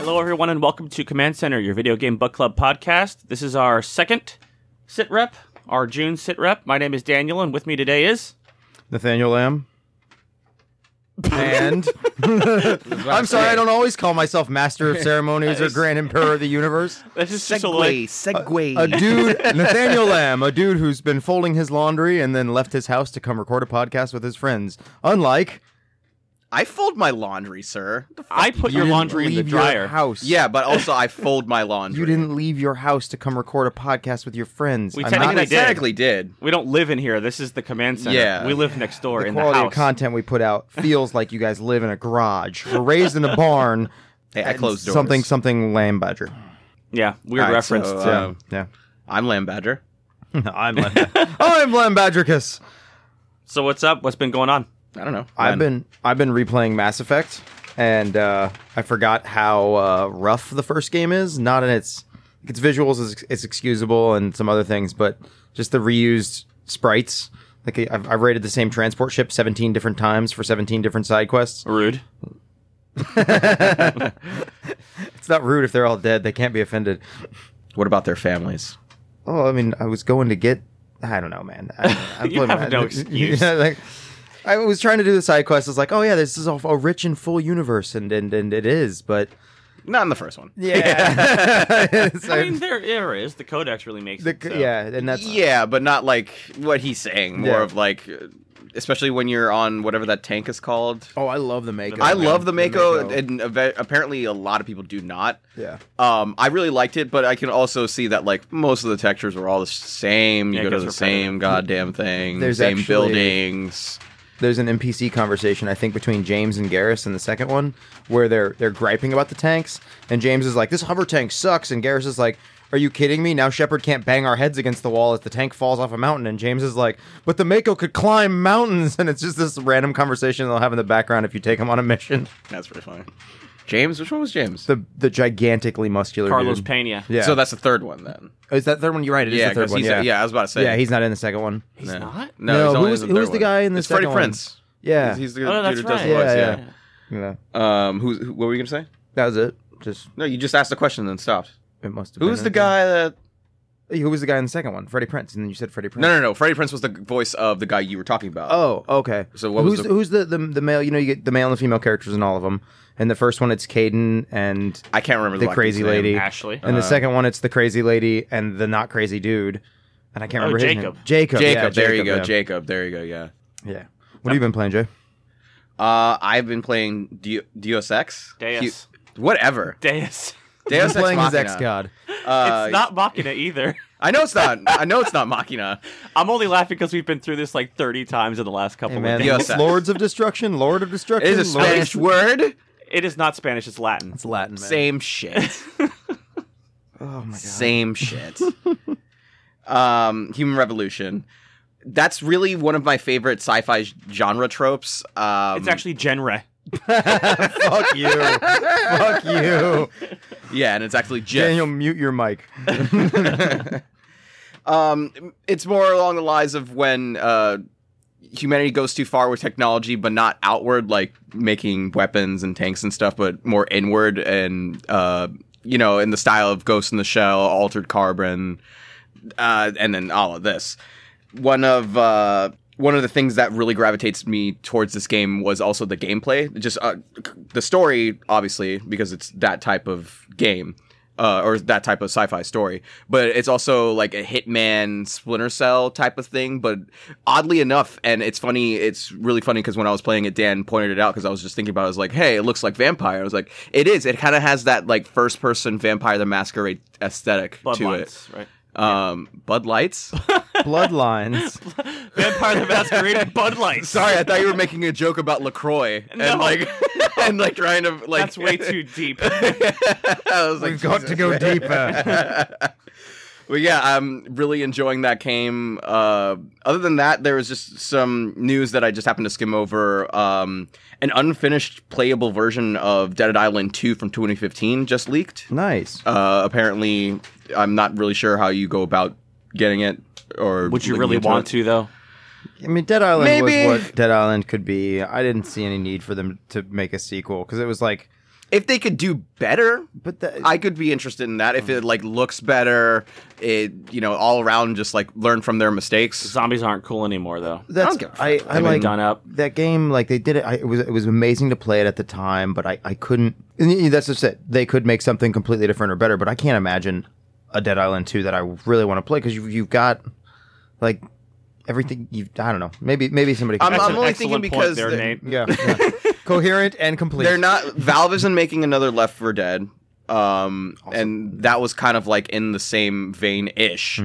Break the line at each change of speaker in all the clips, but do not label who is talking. Hello, everyone, and welcome to Command Center, your video game book club podcast. This is our second sit rep, our June sit rep. My name is Daniel, and with me today is
Nathaniel Lamb. And I'm sorry, I don't always call myself Master of Ceremonies or Grand Emperor of the Universe.
this is just a
Segway,
like
Segway.
A dude, Nathaniel Lamb, a dude who's been folding his laundry and then left his house to come record a podcast with his friends. Unlike
I fold my laundry, sir.
I put your
you didn't
laundry in the
leave your
dryer.
house.
Yeah, but also I fold my laundry.
you didn't leave your house to come record a podcast with your friends.
We
I'm
I
not-
mean, I
Technically did.
technically did.
we don't live in here. This is the command center.
Yeah.
we live next door
the
in
quality
the house.
of content we put out feels like you guys live in a garage. We're raised in a barn.
Hey, I
and
closed doors.
Something, something, lamb badger.
yeah, weird
All right,
reference.
so,
to-
uh,
Yeah,
Um,
yeah.
I'm Lamb Badger.
I'm Lamb. I'm Lamb Badgericus.
so what's up? What's been going on?
I don't know.
I've
Lamb.
been I've been replaying Mass Effect, and uh, I forgot how uh, rough the first game is. Not in its its visuals is it's excusable and some other things, but just the reused sprites. Like I've, I've raided the same transport ship seventeen different times for seventeen different side quests.
Rude.
It's not rude if they're all dead; they can't be offended.
What about their families?
Oh, I mean, I was going to get. I don't know, man. I, I
You
played-
have no excuse.
Yeah, like, I was trying to do the side quest. I was like, oh yeah, this is a, a rich and full universe, and, and and it is, but
Not in the first one.
yeah, So-
I mean, there, there is the codex really makes
the-
it. so.
yeah, and that's
Yeah, but not like what he's saying. More
Yeah.
of like, uh, especially when you're on whatever that tank is called.
Oh, I love the Mako.
I
man.
love the Mako,
Mako.
and ava- apparently a lot of people do not.
yeah,
Um, I really liked it, but I can also see that like most of the textures were all the same. You
Yeah,
go to
because
the
we're
same goddamn thing,
There's
same
actually-
buildings.
there's an NPC conversation I think between James and Garrus in the second one where they're they're griping about the tanks, and James is like, "This hover tank sucks," and Garrus is like. Are you kidding me? Now Shepard can't bang our heads against the wall as the tank falls off a mountain, and James is like, "But the Mako could climb mountains," and it's just this random conversation they'll have in the background if you take him on a mission.
That's pretty funny. James, which one was James?
The the gigantically muscular
Carlos
dude.
Pena.
Yeah,
So that's the third one then.
Oh, is that third one? You're right. It is the third
'cause
one.
he's-
Yeah,
yeah, I was about to say.
yeah. He's not in the second one.
He's
No.
not. Oh,
no,
No,
he's
who
only
was-
in
who
the
was
third
the
one.
guy in the
it's Freddie
second one?
Prince.
Yeah,
He's, he's the
Oh,
dude
that's
who
right.
does the voice.
Yeah,
Yeah.
yeah. yeah.
Um, who's who, what were you gonna say?
That was it. Just
No, you just asked the question and then stopped.
It must have.
Who's
been
the
it.
guy that?
Who was the guy in the second one? Freddie Prince, and then you said Freddie Prince.
No, no, no. Freddie Prince was the voice of the guy you were talking about.
Oh, okay.
So what
who's
was
the,
the-
who's the, the the male? You know, you get the male and the female characters in all of them. In the first one, it's Caden, and
I can't remember the,
The
black
crazy
dude's name.
lady.
Ashley.
Uh,
in the second one, it's the crazy lady and the not crazy dude. And I can't
Oh,
remember his
Jacob.
name. Jacob.
Jacob.
yeah,
there you go.
yeah.
Jacob. There you go. Yeah.
Yeah. What have you been playing, Jay?
Uh, I've been playing D- Deus Ex.
Deus.
Hu- whatever.
Deus.
He's
Deus Ex
playing his
Machina.
ex god.
Uh,
it's not Machina either.
I know it's not. I know it's not Machina.
I'm only laughing because we've been through this like 30 times in the last couple
Hey
of
man,
days.
Deus Ex.
Lords of Destruction, Lord of
It
Destruction.
is a
Lord of
Spanish word.
It is not Spanish, it's Latin.
It's Latin. Man.
Same shit.
Oh my god.
Same shit. um, Human Revolution. That's really one of my favorite sci-fi j- genre tropes. Um,
It's actually genre.
Fuck you. Fuck you.
yeah, and it's actually GIF.
Daniel, mute your mic.
Um, it's more along the lines of when uh, humanity goes too far with technology, but not outward, like making weapons and tanks and stuff, but more inward and uh, you know, in the style of Ghost in the Shell, Altered Carbon, uh, and then all of this. One of uh, one of the things that really gravitates me towards this game was also the gameplay, just uh, c- the story, obviously, because it's that type of game uh, or that type of sci-fi story. But it's also like a Hitman, Splinter Cell type of thing. But oddly enough, and it's funny, it's really funny because when I was playing it, Dan pointed it out because I was just thinking about. it. I was like, "Hey, it looks like Vampire." I was like, "It is. It kind of has that like first-person Vampire the Masquerade aesthetic to
Bloodlines, right?
it." Um, Bud Lights.
Bloodlines.
Vampire the Masquerade, Bud Light.
Sorry, I thought you were making a joke about Lacroix and
No.
like and like trying to like.
That's way too deep.
I was like,
We've got to
"Jesus
go
Christ."
deeper.
Well, yeah, I'm really enjoying that game. Uh, other than that, there was just some news that I just happened to skim over. Um, an unfinished playable version of Dead Island 2 from 2015 just leaked.
Nice.
Uh, apparently, I'm not really sure how you go about getting it or
Would you
looking
really
into
want
it.
to though?
I mean, Dead Island
Maybe-
was what Dead Island could be. I didn't see any need for them to make a sequel because it was like,
If they could do better,
but the,
I could be interested in that. If it like looks better, it you know all around just like learn from their mistakes.
Zombies aren't cool anymore though.
that's
give a fuck.
I, I,
They've been
like
done up.
that game. Like they did it. I, it was it was amazing to play it at the time, but I I couldn't. and y- that's just it. They could make something completely different or better, but I can't imagine a Dead Island two that I really want to play because you you've got like everything. You I don't know. Maybe maybe somebody. Can
I'm-
That's
I'm
an
only
excellent
thinking
point
because
there,
they're-
Nate.
yeah, yeah. coherent and complete.
They're not Valve isn't making another Left for Dead, um, and that was kind of like in the same vein ish,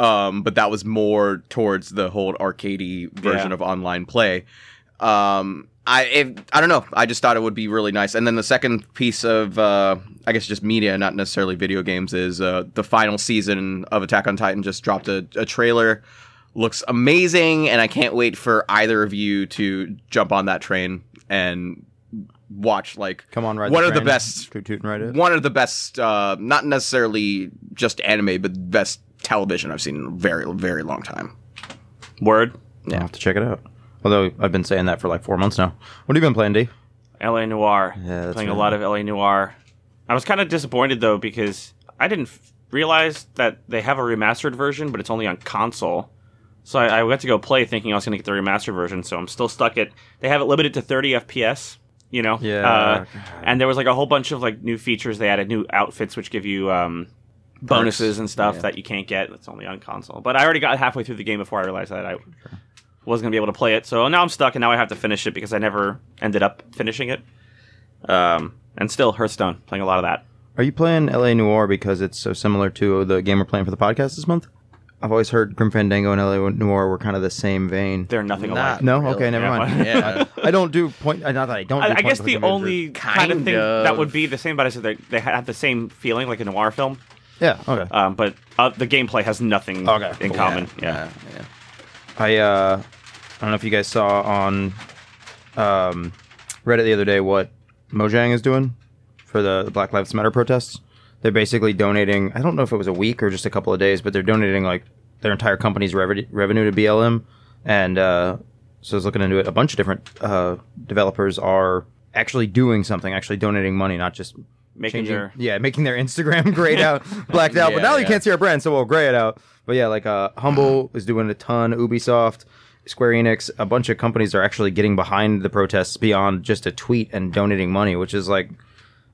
um, but that was more towards the whole arcadey version
Yeah.
of online play. Um, I if, I don't know. I just thought it would be really nice. And then the second piece of uh, I guess just media, not necessarily video games, is uh, the final season of Attack on Titan just dropped a, a trailer. Looks amazing, and I can't wait for either of you to jump on that train and watch like
Come on, right.
one of the best
Toot toot and ride it.
one of the best uh not necessarily just anime but best television i've seen in a very very long time
Word.
Yeah, I'll have to check it out. Although I've been saying that for like four months now. What have you been playing, D?
LA Noir.
that's
playing a
right.
lot of LA Noir. I was kind of disappointed though because I didn't f- realize that they have a remastered version, but it's only on console. So I, I got to go play thinking I was going to get the remastered version. So I'm still stuck at. They have it limited to 30 FPS. You know.
Yeah.
Uh, and there was like a whole bunch of like new features. They added new outfits which give you um, bonuses and stuff that you can't get. That's only on console. But I already got halfway through the game before I realized that I was going to be able to play it. So now I'm stuck, and now I have to finish it because I never ended up finishing it. Um, and still Hearthstone, playing a lot of that.
Are you playing LA Noir because it's so similar to the game we're playing for the podcast this month? I've always heard Grim Fandango and LA Noir were kind of the same vein.
They're nothing
Nah.
alike.
no,
Really?
okay, never
Yeah.
mind.
Yeah.
I, I don't do point. Not that I don't. Do
I, I
point
guess
with
the
imagery.
only kind of
Kind
thing that
of.
would be the same, but I said they, they have the same feeling like a noir film,
Yeah. Okay.
um, but uh, the gameplay has nothing
Okay,
in
cool.
common. Yeah.
yeah, yeah.
I uh, I don't know if you guys saw on um, Reddit the other day what Mojang is doing for the Black Lives Matter protests. They're basically donating. I don't know if it was a week or just a couple of days, but they're donating like their entire company's revenue revenue to BLM. And uh, so I was looking into it. A bunch of different uh, developers are actually doing something, actually donating money, not just
Making
changing-
their-
yeah, making their Instagram grayed out, blacked out. but
Yeah,
now you
yeah.
can't see our brand, so we'll gray it out. But yeah, like uh, Humble is doing a ton. Ubisoft, Square Enix, a bunch of companies are actually getting behind the protests beyond just a tweet and donating money, which is like,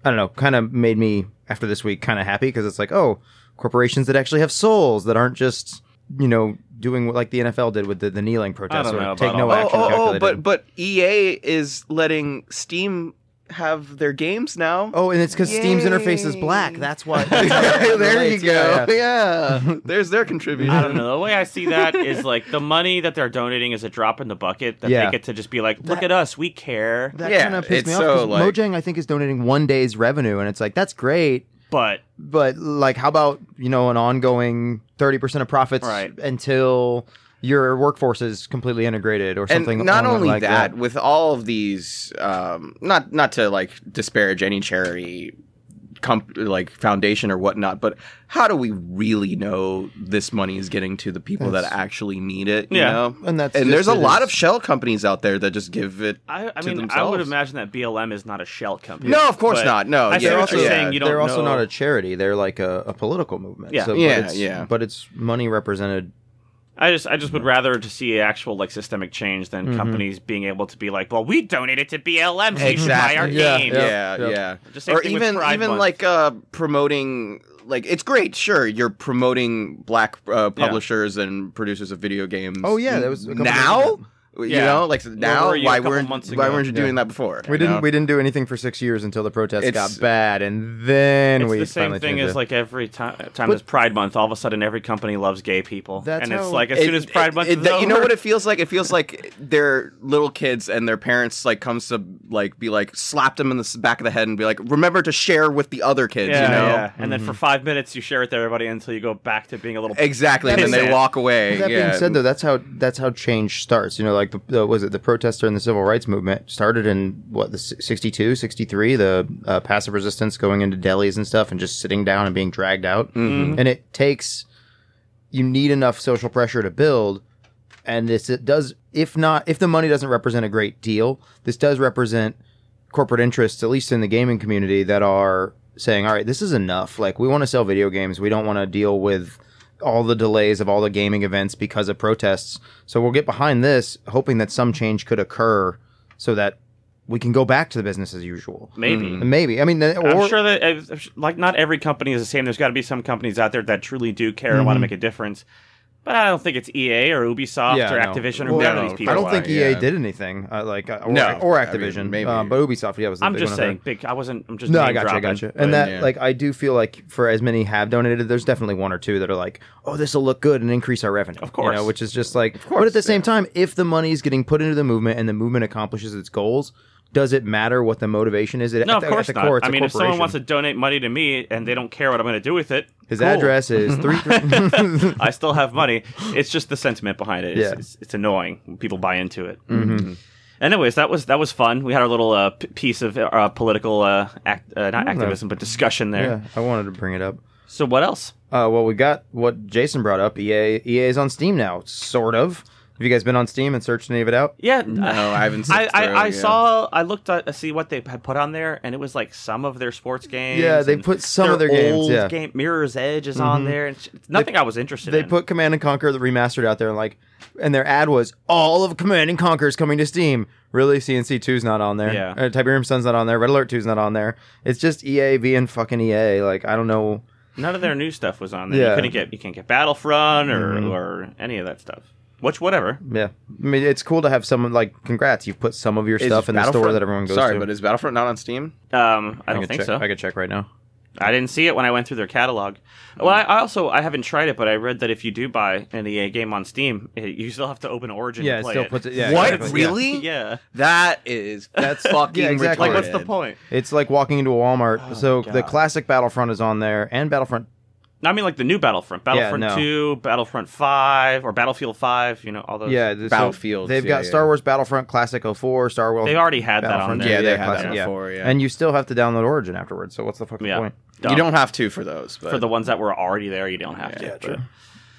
I don't know, kind of made me after this week kind of happy because it's like, oh, corporations that actually have souls that aren't just you know doing what like the NFL did with the, the kneeling protests
don't
or
know about
take no
all that.
Oh,
action.
oh, oh,
calculated.
but but EA is letting Steam have their games now.
Oh, and it's because Steam's interface is black.
Yay.
That's why.
Oh, there you
Relates, yeah,
go.
yeah.
Yeah, there's their contribution.
I don't know. The way I see that is like the money that they're donating is a drop in the bucket that
Yeah.
they get to just be like, look at us, we care.
That
Yeah,
kind of pissed me
it's
off. 'cause
so, like-
Mojang, I think, is donating one day's revenue, and it's like that's great,
But
but like, how about you know an ongoing thirty percent of profits
Right.
until your workforce is completely integrated or
and
something?
not
along
only
like
that, with all of these um, not not to like disparage any charity comp- like foundation or whatnot but how do we really know this money is getting to the people
That's-
that actually need it you
Yeah.
know
And that's
and
just
there's a
it
lot
is-
of shell companies out there that just give it
I, I
to
mean, I
themselves.
would imagine that BLM is not a shell company.
No, of course
But
not. No,
I see
yeah,
what
They're
you're
also
yeah.
saying. You don't
they're also
know-
not a charity. They're like a, a political movement.
Yeah.
so, but
Yeah,
it's,
yeah.
But it's money represented.
I just I just would rather to see actual like systemic change than
Mm-hmm.
companies being able to be like, well, we donated to BLM, so you should buy our
Exactly.
Yeah,
game.
yeah,
Yeah.
yeah.
Just same
Or
thing with
even
Pride
even
Month.
like uh, promoting like it's great, sure. You're promoting black uh, publishers and producers of video games.
Oh, yeah, that was a couple days
now.
ago.
You
Yeah.
know, like so now
were you a
why
couple
weren't
months
why
ago?
weren't you
Yeah.
doing that before?
We
you
didn't.
know?
We didn't do anything for six years until the protests
It's-
got bad, and then
It's
we
the same
finally
thing
changed
as
it.
like every time time there's Pride Month, all of a sudden every company loves gay people,
That's
and it's
how-
like as
It-
soon as Pride
it-
Month,
it-
is
that- you know
over-
what it feels like? It feels like they're little kids and their parents like comes to like be like slap them in the s- back of the head and be like, remember to share with the other kids.
yeah,
you know
yeah. And
Mm-hmm.
then for five minutes you share it to everybody until you go back to being a little.
exactly. And then
That's
they
it.
walk away.
that
yeah.
being said, though, that's how that's how change starts. You know, like the, the was it the protester and the civil rights movement started in what the si- 62, 63, the uh, passive resistance going into delis and stuff, and just sitting down and being dragged out. Mm-hmm. And it takes you need enough social pressure to build, and this it does. If not, if the money doesn't represent a great deal, this does represent corporate interests, at least in the gaming community, that are saying, all right, this is enough. Like, we want to sell video games. We don't want to deal with all the delays of all the gaming events because of protests. So we'll get behind this, hoping that some change could occur so that we can go back to the business as usual. Mm.
Maybe.
Maybe. I mean, the- or,
I'm sure that uh, like not every company is the same. There's got to be some companies out there that truly do care and want
Mhm.
to make a difference. But I don't think it's EA or Ubisoft
Yeah,
or
no.
Activision or
Well,
whatever
no,
these people
I don't
are.
think
Yeah.
EA did anything, uh, like, uh, or,
No.
or
I mean,
Activision.
maybe.
um, but Ubisoft, yeah, was the
I'm
big
just
one I heard.
saying. Big. I wasn't. I'm just.
No, I
name
got you. I got
dropping.
you. And that,
yeah.
like, I do feel like for as many have donated, there's definitely one or two that are like, "Oh, this will look good and increase our revenue." Of
course.
you know, which is just like. but at the same time, if the money is getting put into the movement and the movement accomplishes its goals, does it matter what the motivation is? It,
No,
at
of
the-
course
at the
not.
core, it's
I
a
mean, if someone
corporation.
wants to donate money to me and they don't care what I'm going to do with it,
his
cool.
address is three. three
I still have money. It's just the sentiment behind it. It's,
Yeah. Mm-hmm.
it's, it's annoying. when People buy into it. Mm-hmm. Anyways, that was that was fun. We had our little uh, p- piece of uh, political uh, act, uh, not activism, but discussion there.
yeah, I wanted to bring it up.
So what else?
Uh, well, we got what Jason brought up. E EA EA is on Steam now, sort of. Have you guys been on Steam and searched any of it out?
Yeah,
No, I haven't.
I,
slipped
I,
through,
I
yeah.
saw I looked at to see what they had put on there, and it was like some of their sports games.
Yeah, they
and
put some of their games,
old
yeah. Mm-hmm.
game Mirror's Edge is on there, and sh- it's nothing I was interested.
They
in.
put Command and Conquer the remastered out there, and like, and their ad was all of Command and Conquer is coming to Steam. Really, CNC 2's not on there.
Yeah.
Uh, Tiberium Sun's not on there. Red Alert 2's not on there. It's just E EA being fucking EA. Like, I don't know.
none of their new stuff was on there.
Yeah. Mm-hmm.
You couldn't get you can't get Battlefront or or any of that stuff. Which whatever.
Yeah, I mean, it's cool to have someone like, congrats, you put some of your
Is
stuff in the store
Battlefront-
that everyone goes
Sorry,
to.
but is Battlefront not on Steam?
Um, I don't
can
think
check,
so.
I could check right now.
I didn't see it when I went through their catalog.
Mm-hmm.
Well, I, I also I haven't tried it, but I read that if you do buy an EA game on Steam, it, you still have to open Origin.
Yeah,
to
it
play
still puts it. Yeah,
what
exactly, yeah.
really?
Yeah.
That is that's fucking
Yeah, exactly.
Like,
retarded.
what's the point?
It's like walking into a Walmart. so
God.
the classic Battlefront is on there, and Battlefront
I mean, like the new Battlefront, Battlefront
no.
Two, Battlefront Five, or Battlefield Five. You know, all those.
Yeah, th- so
Battlefields,
they've
yeah,
got
yeah.
Star Wars Battlefront Classic 04, Star Wars.
They already had that on
Battlefront.
there.
Yeah, they had
Classic,
that before, yeah.
And you still have to download Origin afterwards. So what's the fucking
Yeah.
point?
Dumb.
You don't have to for those, but
for the ones that were already there. You don't have to. but-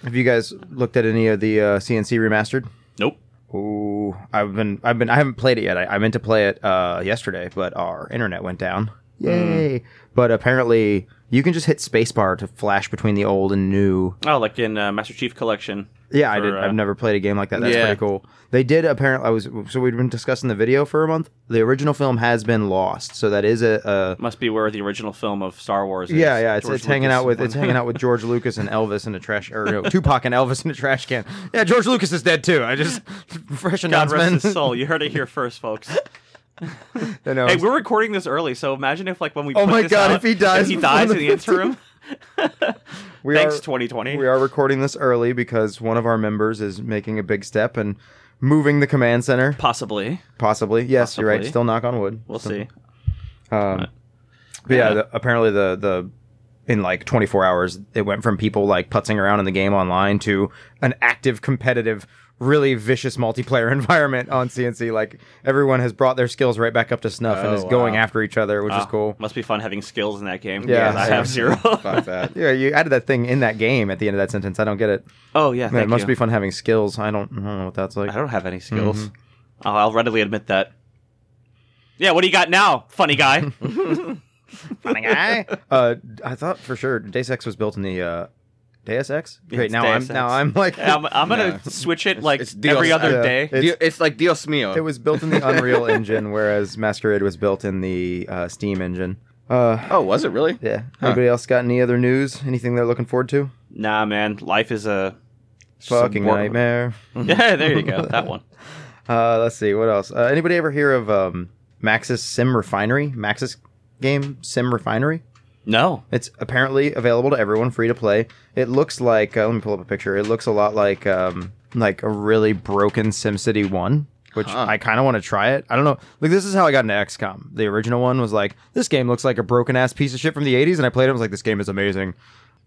Have you guys looked at any of the uh, CNC remastered?
Nope.
Ooh, I've been, I've been, I haven't played it yet. I, I meant to play it uh, yesterday, but our internet went down.
Hmm.
Yay! But apparently, you can just hit spacebar to flash between the old and new.
Oh, like in uh, Master Chief Collection.
Yeah, I
for,
did.
uh,
I've never played a game like that. That's
Yeah.
pretty cool. They did apparently. I was so we've been discussing the video for a month. The original film has been lost, so that is a, a
Must be where the original film of Star Wars. Is.
yeah, yeah. It's,
George
it's hanging
Lucas
out with
one.
it's hanging out with George Lucas and Elvis in a trash or no, Tupac and Elvis in a trash can. Yeah, George Lucas is dead too. I just
God rest his
fresh announcement.
soul. You heard it here first, folks.
You know,
Hey, we're recording this early, so imagine if, like, when we
Oh
put
my
this
God,
out,
if he dies
he
before
dies
the
in the interim.
we
Thanks,
are-
2020.
We are recording this early because one of our members is making a big step and moving the command center.
Possibly,
Possibly, yes, you're right.
Possibly.
Still knock on wood.
we'll see.
Um, but yeah,
Yeah.
the, apparently the the in like 24 hours, it went from people like putzing around in the game online to an active, competitive, really vicious multiplayer environment on CNC. Like everyone has brought their skills right back up to snuff and
Oh,
is going
wow.
after each other, which is cool.
Ah, Must be fun having skills in that game.
Yeah,
Yeah, I have zero.
fuck that.
Yeah, you added that thing in that game at the end of that sentence. I don't get it.
oh yeah,
Man,
thank
it must
you.
be fun having skills. I don't, I don't know what that's like. Mm-hmm.
I don't have any skills. Oh, I'll readily admit that. Yeah, what do you got now, funny guy?
Funny guy. uh, I thought for sure Deus Ex was built in the uh, Deus Ex. Great.
it's
now
Deus
I'm now
Ex.
I'm like
I'm, I'm gonna switch it like
it's Dios-
every other
yeah.
day.
It's-
Dio- it's like Dios mío.
It was built in the Unreal Engine, whereas Masquerade was built in the uh, Steam engine. Uh,
oh, was it really?
yeah. Anybody else got any other news? Anything they're looking forward to?
Nah, man, life is a
Fucking
work-
nightmare.
yeah, there you go. That one.
Uh, let's see what else. Uh, anybody ever hear of um, Maxis Sim Refinery? Maxis game Sim Refinery.
No.
It's apparently available to everyone, free to play. It looks like uh, let me pull up a picture. It looks a lot like um, like a really broken SimCity One, which I kind of want to try it. I don't know. Like this is how I got into XCOM. The original one was like this game looks like a broken ass piece of shit from the '80s, and I played it. and was like this game is amazing,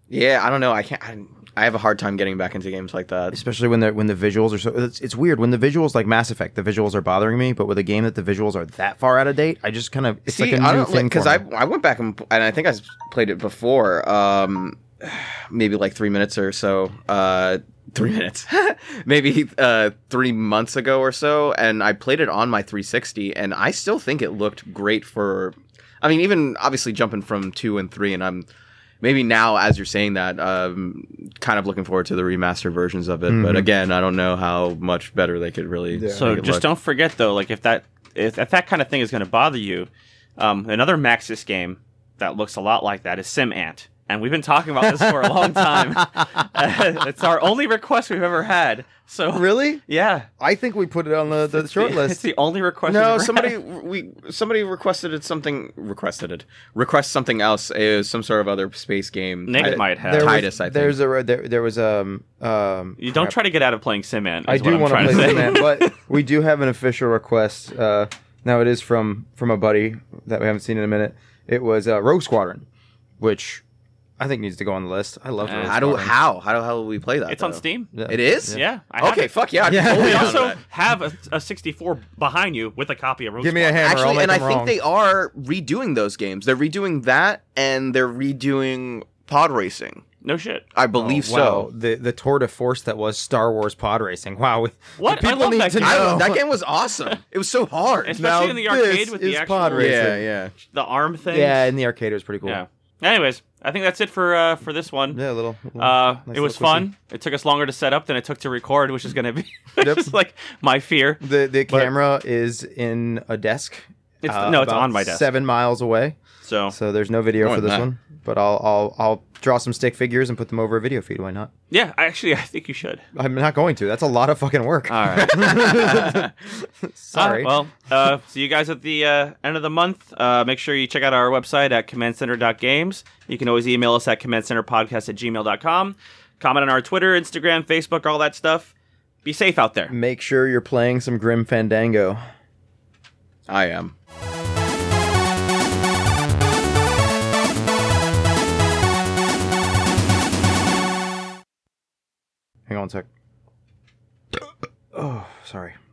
Yeah, I don't know. I can't. I, I have a hard time getting back into games like that.
especially when the when the visuals are so. It's, it's weird when the visuals like Mass Effect. The visuals are bothering me, but with a game that the visuals are that far out of date, I just kind of it's
See,
like a new
I don't
thing
because
for
I
me.
I went back and, and I think I s- played it before, um, maybe like three minutes or so, uh, three minutes, maybe uh, three months ago or so, and I played it on my 360, and I still think it looked great for. I mean, even obviously jumping from two and three, and I'm maybe now as you're saying that, um, kind of looking forward to the remastered versions of it.
Mm-hmm.
But again, I don't know how much better they could really.
So
make it
just
look.
don't forget though, like if that if, if that kind of thing is going to bother you, um, another Maxis game that looks a lot like that is Sim Ant, and we've been talking about this for a long time. it's our only request we've ever had. So
really.
yeah,
I think we put it on the, the short
It's
list.
the only request. we've
No,
ever
somebody
had.
we somebody requested it something requested it request something else. It was some sort of other space game.
Nick
I-
might have.
There was-
Uh, Titus, I think.
There's a there, there was um um.
You don't try to get out of playing Sim Ant.
I
is what
do
I'm
want to
trying
play
say.
Sim Ant, but we do have an official request. Uh, now it is from from a buddy that we haven't seen in a minute. It was uh, Rogue Squadron, which I think needs to go on the list. I love
Uh,
Rogue
How do
Squadron.
how how the hell do we play that?
It's on
though?
Steam. Yeah,
It is.
I have
okay.
it.
Fuck yeah. I'm
Yeah.
totally
We
down
also
with that.
have a, a 64 behind you with a copy of Rogue
Give me a
Squadron.
hammer. I'll
actually,
make
and I
them
think
wrong.
they are redoing those games. They're redoing that, and they're redoing pod racing.
No shit.
I believe
Wow,
so.
the the tour de force that was Star Wars pod racing. Wow, we-
What? I
people
love
need
that
to
game.
I
know.
don't- that game was awesome. It was so hard.
Especially
Now
in the arcade
this
with the
is
actual
pod racing.
yeah, yeah.
the arm thing.
yeah, in the arcade it was pretty cool.
Yeah. Anyways, I think that's it for uh, for this one.
Yeah, a little. little-
Uh,
nice
it was
little
fun. It took us longer to set up than it took to record, which is going to be which
Yep.
is like my fear.
The the camera is in a desk. uh,
It's- no, it's
about
on my desk.
Seven miles away,
So
so there's no video
More
for
than
this
that.
one. But I'll I'll I'll draw some stick figures and put them over a video feed. Why not?
yeah, I actually, I think you should.
I'm not going to. That's a lot of fucking work.
All right.
Sorry.
Uh, well, uh, see you guys at the uh, end of the month. Uh, make sure you check out our website at commandcenter.games. You can always email us at commandcenterpodcast at gmail.com. Comment on our Twitter, Instagram, Facebook, all that stuff. Be safe out there.
make sure you're playing some Grim Fandango.
I am.
Hang on a sec. Oh, sorry.